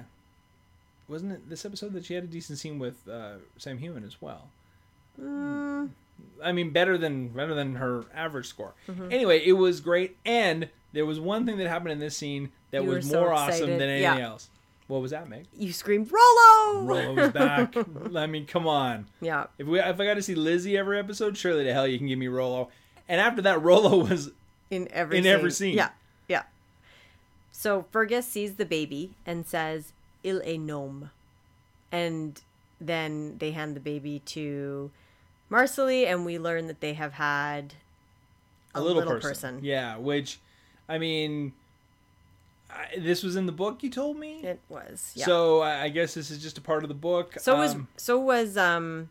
Speaker 1: wasn't it this episode that she had a decent scene with uh, Sam Hewen as well?
Speaker 2: Mm.
Speaker 1: I mean, better than better than her average score.
Speaker 2: Mm-hmm.
Speaker 1: Anyway, it was great, and there was one thing that happened in this scene that
Speaker 2: You
Speaker 1: was
Speaker 2: were so
Speaker 1: more awesome
Speaker 2: excited.
Speaker 1: than anything
Speaker 2: Yeah.
Speaker 1: else. What was that, Meg?
Speaker 2: You screamed, "Rollo!"
Speaker 1: Rollo's back. I mean, come on.
Speaker 2: yeah,
Speaker 1: If we if I got to see Lizzie every episode, surely to hell you can give me Rollo. And after that, Rollo was
Speaker 2: in every
Speaker 1: In
Speaker 2: scene.
Speaker 1: every scene.
Speaker 2: Yeah, yeah. So Fergus sees the baby and says, "Il est gnome," and then they hand the baby to Marcelly, and we learn that they have had
Speaker 1: a little, person. Yeah, which, I mean, I, this was in the book you told me.
Speaker 2: It was yeah. So,
Speaker 1: So I I guess this is just a part of the book.
Speaker 2: was
Speaker 1: Um,
Speaker 2: so was um,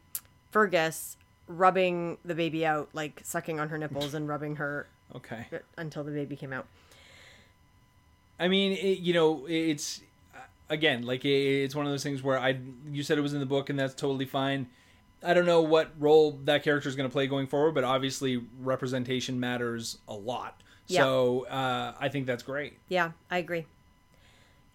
Speaker 2: Fergus rubbing the baby out, like sucking on her nipples and rubbing her uh,
Speaker 1: okay.
Speaker 2: until the baby came out.
Speaker 1: I mean, it, you know, it- it's uh, again like it, it's one of those things where I you said it was in the book and that's totally fine. I don't know what role that character is going to play going forward, but obviously representation matters a lot.
Speaker 2: Yeah.
Speaker 1: So uh, I think that's great.
Speaker 2: Yeah, I agree.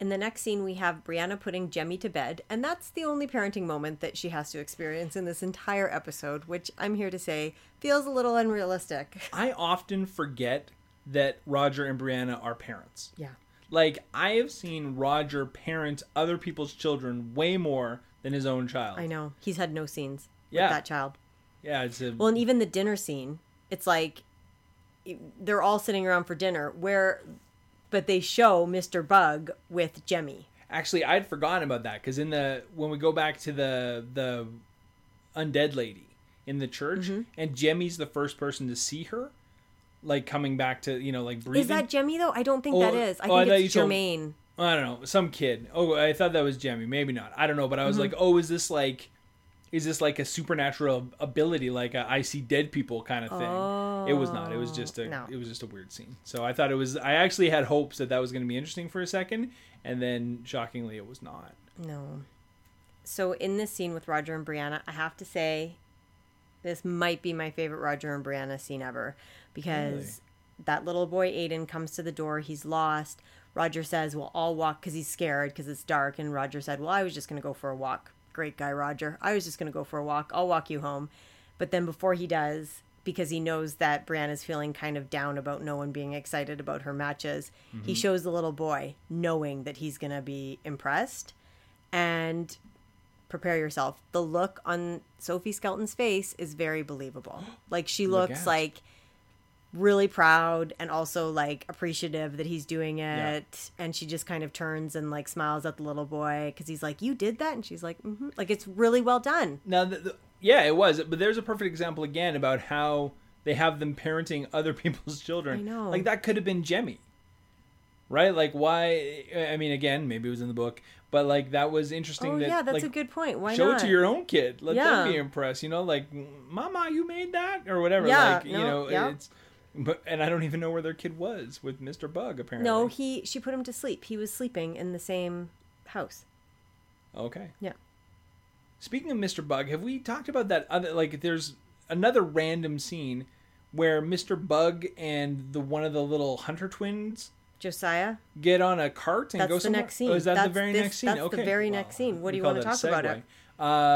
Speaker 2: In the next scene, we have Brianna putting Jemmy to bed, and that's the only parenting moment that she has to experience in this entire episode, which I'm here to say feels a little unrealistic.
Speaker 1: I often forget that Roger and Brianna are parents.
Speaker 2: Yeah.
Speaker 1: Like I have seen Roger parent other people's children way more than his own child.
Speaker 2: I know. He's had no scenes
Speaker 1: Yeah.
Speaker 2: with that child.
Speaker 1: Yeah, it's a,
Speaker 2: Well, and even the dinner scene, it's like they're all sitting around for dinner, where, but they show Mr. Bug with Jemmy.
Speaker 1: actually I'd forgotten about that because in the when we go back to the the undead lady in the church
Speaker 2: Mm-hmm.
Speaker 1: and Jemmy's the first person to see her, like coming back to you know like breathing.
Speaker 2: Is that Jemmy, though? I don't think
Speaker 1: Oh,
Speaker 2: that is. I
Speaker 1: oh, I
Speaker 2: think
Speaker 1: thought
Speaker 2: it's
Speaker 1: you told-
Speaker 2: Jermaine.
Speaker 1: I don't know some kid. Oh, I thought that was Jemmy. Maybe not. I don't know. But I was like, oh, is this like. Is this like a supernatural ability, like a I see dead people kind of thing? it was not. It was just a
Speaker 2: no.
Speaker 1: it was just a weird scene. So I thought it was. I actually had hopes that that was going to be interesting for a second, and then shockingly, it was not.
Speaker 2: No. So in this scene with Roger and Brianna, I have to say this might be my favorite Roger and Brianna scene ever because that little boy Aiden comes to the door, he's lost. Roger says, "We'll all walk cuz he's scared cuz it's dark." And Roger said, "Well, I was just going to go for a walk." Great guy Roger. I was just going to go for a walk. I'll walk you home. But then before he does, because he knows that Brianna's feeling kind of down about no one being excited about her matches, he shows the little boy, knowing that he's going to be impressed and prepare yourself. The look on Sophie Skelton's face is very believable. Like she looks
Speaker 1: out.
Speaker 2: like really proud and also like appreciative that he's doing it and she just kind of turns and like smiles at the little boy cuz he's like you did that and she's like mhm like it's really well done.
Speaker 1: Now, the, the, yeah, it was, but there's a perfect example again about how they have them parenting other people's children.
Speaker 2: I know.
Speaker 1: Like that could have been Jemmy, right? Like why? I mean, again, maybe it was in the book, but like that was interesting.
Speaker 2: Oh
Speaker 1: that,
Speaker 2: yeah, that's
Speaker 1: like,
Speaker 2: a good point. Why
Speaker 1: show
Speaker 2: not?
Speaker 1: it to your own kid. Let them
Speaker 2: Yeah.
Speaker 1: be impressed. You know, like Mama, you made that or whatever.
Speaker 2: Yeah,
Speaker 1: like you
Speaker 2: no,
Speaker 1: know,
Speaker 2: yeah.
Speaker 1: it's. But and I don't even know where their kid was with Mr. Bug apparently.
Speaker 2: no, he she put him to sleep. He was sleeping in the same house.
Speaker 1: Okay.
Speaker 2: Yeah.
Speaker 1: Speaking of Mr. Bug, have we talked about that other like there's another random scene where Mr. Bug and the one of the little hunter twins
Speaker 2: Josiah
Speaker 1: get on a cart and
Speaker 2: That's
Speaker 1: go
Speaker 2: the
Speaker 1: somewhere?
Speaker 2: next scene.
Speaker 1: Oh, is that the
Speaker 2: That's
Speaker 1: very
Speaker 2: this-
Speaker 1: next scene?
Speaker 2: that's the
Speaker 1: okay.
Speaker 2: very next scene. What do
Speaker 1: we
Speaker 2: you
Speaker 1: call
Speaker 2: wanna
Speaker 1: that a
Speaker 2: talk about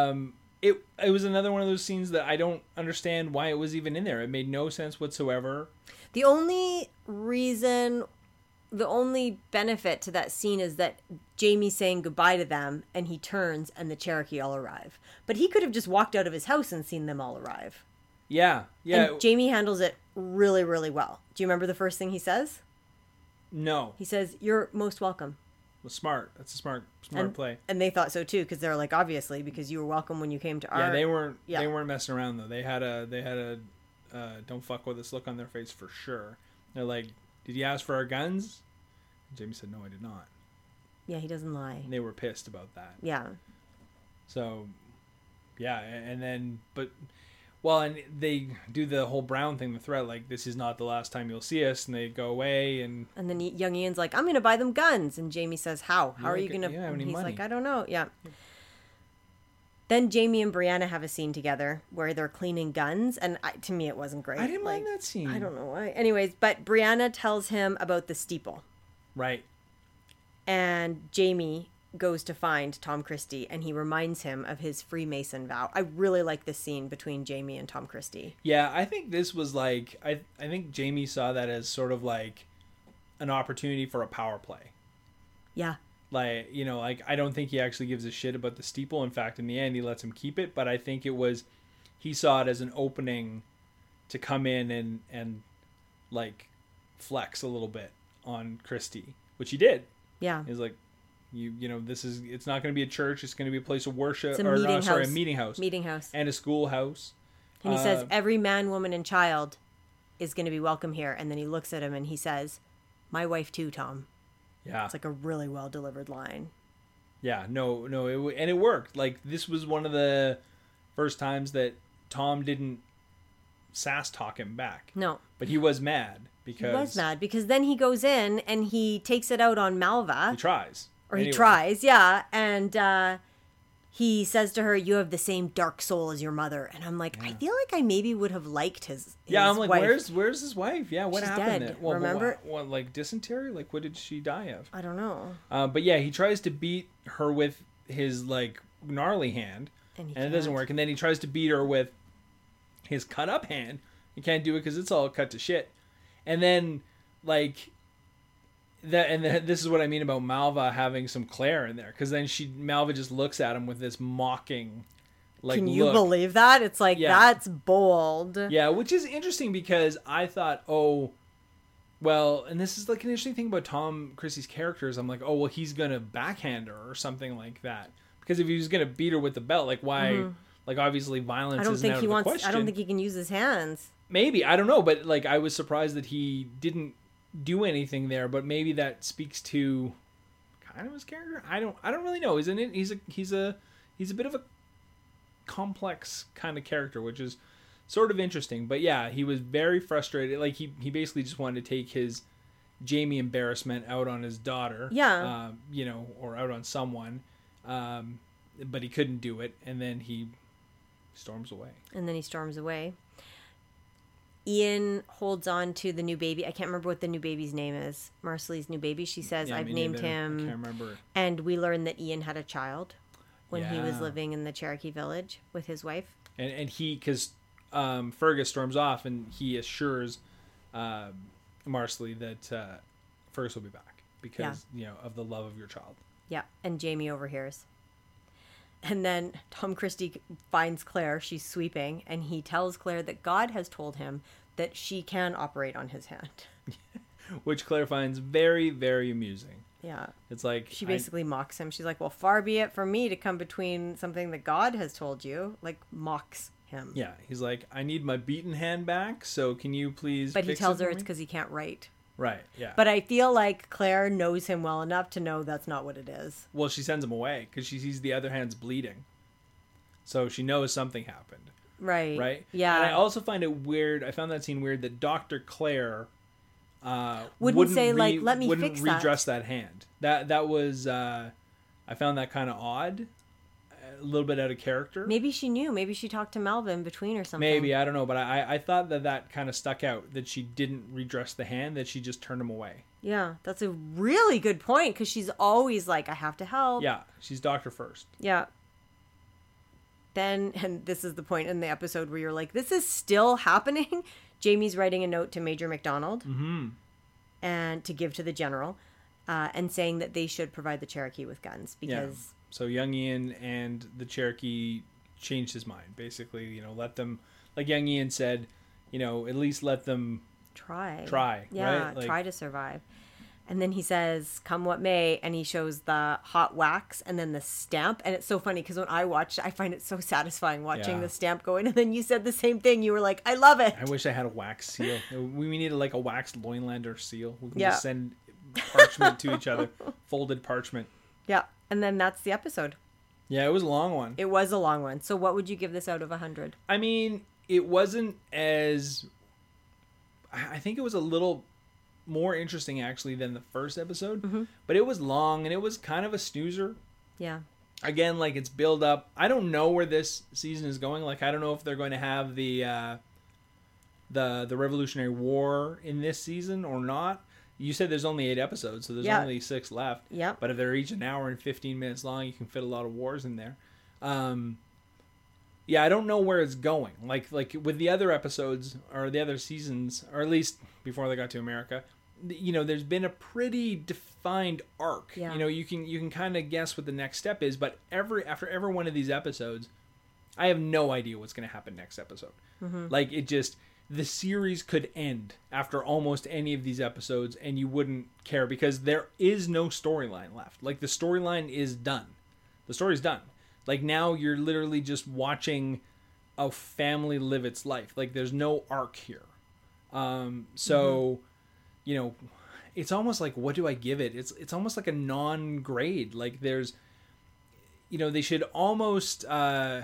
Speaker 1: segue. Um it it was another one of those scenes that I don't understand why it was even in there. It made no sense whatsoever.
Speaker 2: The only reason, the only benefit to that scene is that Jamie's saying goodbye to them and he turns and the Cherokee all arrive. But he could have just walked out of his house and seen them all arrive.
Speaker 1: Yeah, yeah.
Speaker 2: And Jamie handles it really, really well. Do you remember the first thing he says?
Speaker 1: no,
Speaker 2: He says, You're most welcome.
Speaker 1: was smart. That's a smart smart
Speaker 2: and,
Speaker 1: play.
Speaker 2: And they thought so too, because they're like, Obviously, because you were welcome when you came to our.
Speaker 1: Yeah, they weren't
Speaker 2: yeah.
Speaker 1: they weren't messing around though. They had a they had a uh, don't fuck with us look on their face for sure. They're like, did you ask for our guns? And Jamie said, no, I did not.
Speaker 2: Yeah, he doesn't lie.
Speaker 1: And they were pissed about that.
Speaker 2: Yeah.
Speaker 1: So, yeah, a- and then but well, and they do the whole Brown thing, the threat like this is not the last time you'll see us, and they go away and
Speaker 2: And then young Ian's like, I'm going to buy them guns. And Jamie says, How?
Speaker 1: You
Speaker 2: How are
Speaker 1: don't
Speaker 2: you
Speaker 1: get-
Speaker 2: going to?
Speaker 1: you don't have
Speaker 2: and
Speaker 1: any
Speaker 2: he's
Speaker 1: money.
Speaker 2: like, I don't know. Yeah. Then Jamie and Brianna have a scene together where they're cleaning guns. And I, to me, it wasn't great.
Speaker 1: I didn't mind
Speaker 2: Like,
Speaker 1: that scene.
Speaker 2: I don't know why. Anyways, but Brianna tells him about the steeple.
Speaker 1: right.
Speaker 2: And Jamie goes to find Tom Christie and he reminds him of his Freemason vow. I really like this scene between Jamie and Tom Christie.
Speaker 1: Yeah, I think this was like I I think Jamie saw that as sort of like an opportunity for a power play.
Speaker 2: Yeah.
Speaker 1: like you know like i don't think he actually gives a shit about the steeple in fact in the end he lets him keep it but i think it was he saw it as an opening to come in and and like flex a little bit on christie which he did
Speaker 2: Yeah.
Speaker 1: he's like you you know this is it's not going to be a church it's going to be a place of worship
Speaker 2: It's a
Speaker 1: or
Speaker 2: meeting
Speaker 1: no, sorry a
Speaker 2: house.
Speaker 1: meeting house
Speaker 2: Meeting house.
Speaker 1: and a schoolhouse
Speaker 2: And he says,
Speaker 1: Uh,
Speaker 2: Every man, woman, and child is going to be welcome here. And then he looks at him and he says, My wife too, Tom.
Speaker 1: yeah
Speaker 2: It's like a really well delivered line.
Speaker 1: Yeah, no, no, it, w- and it worked. Like this was one of the first times that Tom didn't sass talk him back.
Speaker 2: No.
Speaker 1: but he was mad because
Speaker 2: He was mad because then he goes in and he takes it out on Malva,
Speaker 1: He tries,
Speaker 2: or he
Speaker 1: Anyway,
Speaker 2: tries, yeah. And uh, he says to her, You have the same dark soul as your mother. And I'm like, I feel like I maybe would have liked his. his
Speaker 1: Yeah, I'm like,
Speaker 2: wife.
Speaker 1: where's where's his wife? Yeah, what
Speaker 2: She's
Speaker 1: happened?
Speaker 2: dead,
Speaker 1: there? Well,
Speaker 2: remember?
Speaker 1: What, what, like dysentery? Like, what did she die of?
Speaker 2: I don't know.
Speaker 1: Uh, but yeah, he tries to beat her with his like gnarly hand,
Speaker 2: And he
Speaker 1: and it doesn't
Speaker 2: can't.
Speaker 1: work. And then he tries to beat her with his cut up hand. He can't do it because it's all cut to shit. And then like that, and then this is what I mean about Malva having some Claire in there, because then she Malva just looks at him with this mocking, like
Speaker 2: Can you
Speaker 1: look.
Speaker 2: believe that? It's like,
Speaker 1: Yeah.
Speaker 2: That's bold.
Speaker 1: Yeah, which is interesting because I thought, oh, well, and this is like an interesting thing about Tom Christie's characters. I'm like, oh, well, he's gonna backhand her or something like that. Because if he was gonna beat her with the belt, like why? Like obviously, violence.
Speaker 2: Mm-hmm. I don't
Speaker 1: isn't out
Speaker 2: think
Speaker 1: of
Speaker 2: he
Speaker 1: the
Speaker 2: wants.
Speaker 1: Question.
Speaker 2: I don't think he can use his hands.
Speaker 1: maybe I don't know, but like I was surprised that he didn't do anything there. But maybe that speaks to kind of his character. I don't. I don't really know. Isn't it? He's a. He's a. He's a bit of a complex kind of character, which is sort of interesting. But yeah, he was very frustrated. Like he he basically just wanted to take his Jamie embarrassment out on his daughter.
Speaker 2: Yeah.
Speaker 1: Um, you know, or out on someone. Um, but he couldn't do it, and then he storms away.
Speaker 2: and then he storms away. Ian holds on to the new baby. I can't remember what the new baby's name is. Marcelly's new baby. She says,
Speaker 1: Yeah,
Speaker 2: "I've
Speaker 1: me
Speaker 2: named
Speaker 1: neither. I can't
Speaker 2: him,"
Speaker 1: remember.
Speaker 2: and we learn that Ian had a child when he was
Speaker 1: Yeah.
Speaker 2: living in the Cherokee Village with his wife.
Speaker 1: and and he because um, Fergus storms off and he assures um, Marsley that uh, Fergus will be back because you know of the love of your child.
Speaker 2: Yeah, and Jamie overhears. And then Tom Christie finds Claire. She's sweeping, and he tells Claire that God has told him that she can operate on his hand.
Speaker 1: which Claire finds very very amusing.
Speaker 2: Yeah.
Speaker 1: It's like
Speaker 2: She
Speaker 1: I-
Speaker 2: basically mocks him. She's like, "Well, far be it from me to come between something that God has told you." Like mocks him.
Speaker 1: yeah, he's like, I need my beaten hand back, so can you please?
Speaker 2: But he
Speaker 1: fix it
Speaker 2: tells her
Speaker 1: for
Speaker 2: it's
Speaker 1: me?"
Speaker 2: because he can't write.
Speaker 1: right, yeah. But
Speaker 2: But I feel like Claire knows him well enough to know that's not what it is.
Speaker 1: well, she sends him away because she sees the other hand's bleeding, so she knows something happened.
Speaker 2: Right.
Speaker 1: Right.
Speaker 2: Yeah.
Speaker 1: And I also find it weird. I found that scene weird that Doctor Claire uh,
Speaker 2: Wouldn't say, like, "Let me
Speaker 1: wouldn't
Speaker 2: fix that."
Speaker 1: redress that. hand. That that was uh, I found that kind of odd, a little bit out of character.
Speaker 2: Maybe she knew. Maybe she talked to Melvin between or something.
Speaker 1: Maybe, I don't know, but I I- I thought that that kind of stuck out that she didn't redress the hand that she just turned him away.
Speaker 2: Yeah, that's a really good point because she's always like, "I have to help."
Speaker 1: Yeah, she's doctor first.
Speaker 2: Yeah. Then, and this is the point in the episode where you're like, this is still happening. Jamie's writing a note to Major McDonald and to give to the general uh, and saying that they should provide the Cherokee with guns
Speaker 1: Yeah.
Speaker 2: because
Speaker 1: So Young Ian and the Cherokee changed his mind. Basically, you know, let them, like Young Ian said, you know, at least let them.
Speaker 2: try
Speaker 1: Try,
Speaker 2: yeah
Speaker 1: right? Like-
Speaker 2: try to survive and then he says come what may and he shows the hot wax and then the stamp and it's so funny because when i watched i find it so satisfying watching
Speaker 1: Yeah.
Speaker 2: the stamp go in and then you said the same thing you were like i love it
Speaker 1: I wish I had a wax seal. We we need like a wax Loinlander seal. We can
Speaker 2: Yeah.
Speaker 1: just send parchment to each other, folded parchment.
Speaker 2: yeah and then that's the episode
Speaker 1: Yeah, it was a long one.
Speaker 2: it was a long one so what would you give this out of 100
Speaker 1: I mean, it wasn't as. I I think it was a little more interesting actually than the first episode, but it was long and it was kind of a snoozer.
Speaker 2: yeah
Speaker 1: Again, like it's build up. I don't know where this season is going. Like I don't know if they're going to have the uh, the the Revolutionary War in this season or not. You said there's only eight episodes, so there's
Speaker 2: Yeah.
Speaker 1: only six left.
Speaker 2: Yep.
Speaker 1: But if they're each an hour and fifteen minutes long, you can fit a lot of wars in there. Um, yeah, I don't know where it's going. Like like with the other episodes or the other seasons, or at least before they got to America, th- you know, there's been a pretty defined arc.
Speaker 2: Yeah.
Speaker 1: You know, you can you can kind of guess what the next step is, but every after every one of these episodes, I have no idea what's going to happen next episode. Like it just the series could end after almost any of these episodes and you wouldn't care because there is no storyline left. Like the storyline is done. The story's done. Like now you're literally just watching a family live its life. Like there's no arc here. Um so you know it's almost like what do I give it? It's it's almost like a non-grade. Like there's you know they should almost uh,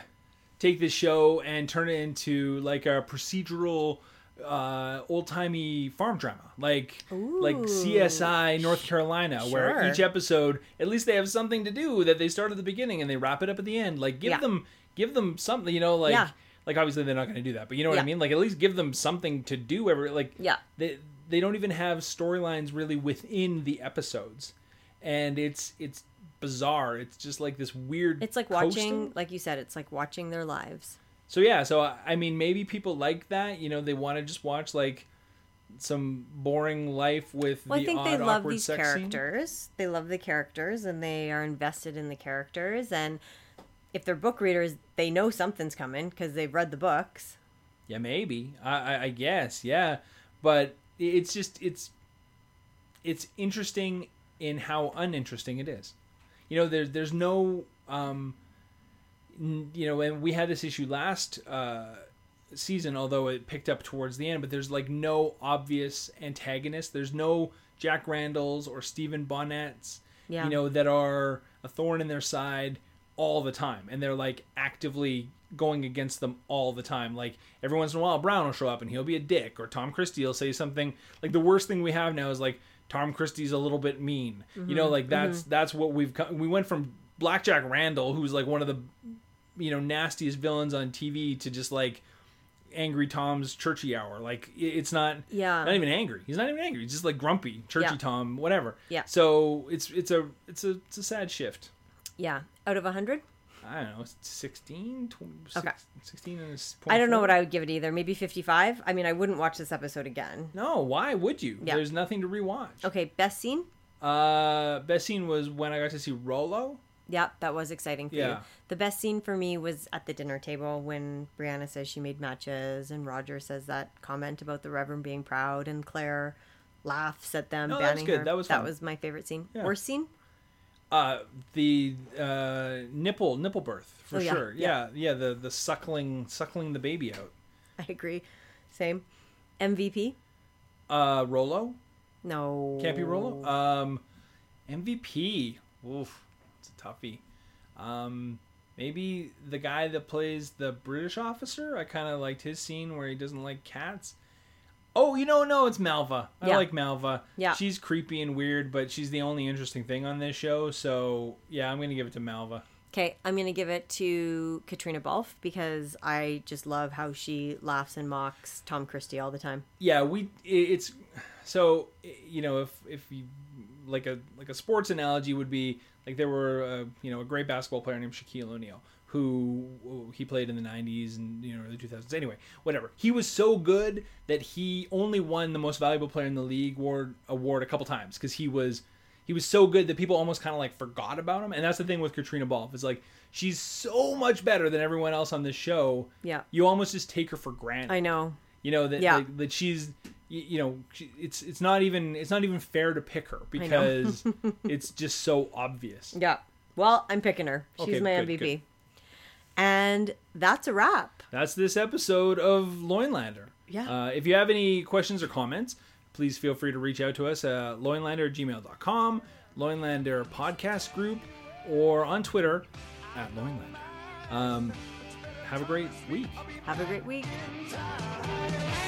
Speaker 1: take this show and turn it into like a procedural uh old-timey farm drama like like
Speaker 2: Ooh.
Speaker 1: CSI North Carolina where
Speaker 2: Sure.
Speaker 1: each episode at least they have something to do that they start at the beginning and they wrap it up at the end like give
Speaker 2: Yeah.
Speaker 1: them give them something you know like
Speaker 2: Yeah.
Speaker 1: like obviously they're not going to do that but you know what I
Speaker 2: Yeah.
Speaker 1: mean like at least give them something to do every like
Speaker 2: Yeah.
Speaker 1: they they don't even have storylines really within the episodes and it's it's bizarre it's just like this weird
Speaker 2: it's like watching like you said it's like watching their lives
Speaker 1: so yeah so I- i mean maybe people like that you know they want to just watch like some boring life with
Speaker 2: well
Speaker 1: the
Speaker 2: i think
Speaker 1: odd,
Speaker 2: they love
Speaker 1: awkward
Speaker 2: these
Speaker 1: sex scene.
Speaker 2: characters they love the characters and they are invested in the characters and if they're book readers they know something's coming because they've read the books
Speaker 1: Yeah, maybe. I, I, I guess. Yeah, but i- it's just it's it's interesting in how uninteresting it is. You know, there's there's no um, n- you know, and we had this issue last uh season, although it picked up towards the end. But there's like no obvious antagonist. There's no Jack Randalls or Stephen Bonnets.
Speaker 2: Yeah.
Speaker 1: You know that are a thorn in their side all the time, and they're like actively going against them all the time. Like every once in a while, Brown will show up and he'll be a dick, or Tom Christie will say something. Like the worst thing we have now is like Tom Christie's a little bit mean. You know, like that's that's what we've come. We went from Blackjack Randall, who's like one of the you know nastiest villains on TV, to just like angry Tom's churchy hour. Like i- it's not
Speaker 2: Yeah.
Speaker 1: not even angry. He's not even angry. He's just like grumpy, churchy
Speaker 2: Yeah.
Speaker 1: Tom, whatever.
Speaker 2: Yeah.
Speaker 1: So it's it's a it's a it's a sad shift.
Speaker 2: yeah out of 100
Speaker 1: I don't know, 16, 20,
Speaker 2: Okay.
Speaker 1: 16 and it's
Speaker 2: i don't know
Speaker 1: 0.4?
Speaker 2: what i would give it either maybe 55 i mean i wouldn't watch this episode again
Speaker 1: No, why would you?
Speaker 2: Yeah.
Speaker 1: There's nothing to rewatch.
Speaker 2: okay best scene
Speaker 1: Uh, best scene was when I got to see Rolo.
Speaker 2: yeah that was exciting for you
Speaker 1: Yeah.
Speaker 2: the best scene for me was at the dinner table when brianna says she made matches and roger says that comment about the reverend being proud and claire laughs at them
Speaker 1: No, that was
Speaker 2: banning
Speaker 1: good.
Speaker 2: her
Speaker 1: That was
Speaker 2: that
Speaker 1: fun.
Speaker 2: was my favorite scene
Speaker 1: Yeah.
Speaker 2: worst scene
Speaker 1: Uh, the uh nipple nipple birth for
Speaker 2: Oh, yeah.
Speaker 1: sure. Yeah. yeah, The the suckling suckling the baby out.
Speaker 2: I agree. Same. MVP?
Speaker 1: Uh, Rolo.
Speaker 2: No.
Speaker 1: Can't be Rolo.
Speaker 2: Oh.
Speaker 1: Um, MVP. Oof, it's a toughie. Um, maybe the guy that plays the British officer. I kind of liked his scene where he doesn't like cats. Oh, you know, no, it's Malva. I
Speaker 2: Yeah.
Speaker 1: like Malva.
Speaker 2: Yeah.
Speaker 1: she's creepy and weird, but she's the only interesting thing on this show. So yeah, I'm gonna give it to Malva.
Speaker 2: Okay, I'm going to give it to Katrina Balfe because I just love how she laughs and mocks Tom Christie all the time.
Speaker 1: yeah we i- it's so i- you know if if you uh, like a like a sports analogy would be like there were a, you know a great basketball player named Shaquille O'Neal who he played in the 90s and you know early 2000s anyway whatever he was so good that he only won the most valuable player in the league award, award a couple times because he was he was so good that people almost kind of like forgot about him and that's the thing with katrina Balfe is like she's so much better than everyone else on this show
Speaker 2: Yeah.
Speaker 1: you almost just take her for granted
Speaker 2: I know.
Speaker 1: you know that
Speaker 2: Yeah.
Speaker 1: like, that she's y- you know she- it's it's not even it's not even fair to pick her because it's just so obvious
Speaker 2: Yeah. Well, I'm picking her. She's
Speaker 1: Okay,
Speaker 2: my
Speaker 1: good,
Speaker 2: MVP.
Speaker 1: good.
Speaker 2: And that's a wrap.
Speaker 1: that's this episode of Loinlander.
Speaker 2: Yeah.
Speaker 1: Uh, if you have any questions or comments, please feel free to reach out to us at loinlander at gmail.com, Loinlander Podcast Group, or on Twitter at Loinlander. Um, have a great week.
Speaker 2: Have a great week.
Speaker 3: Time.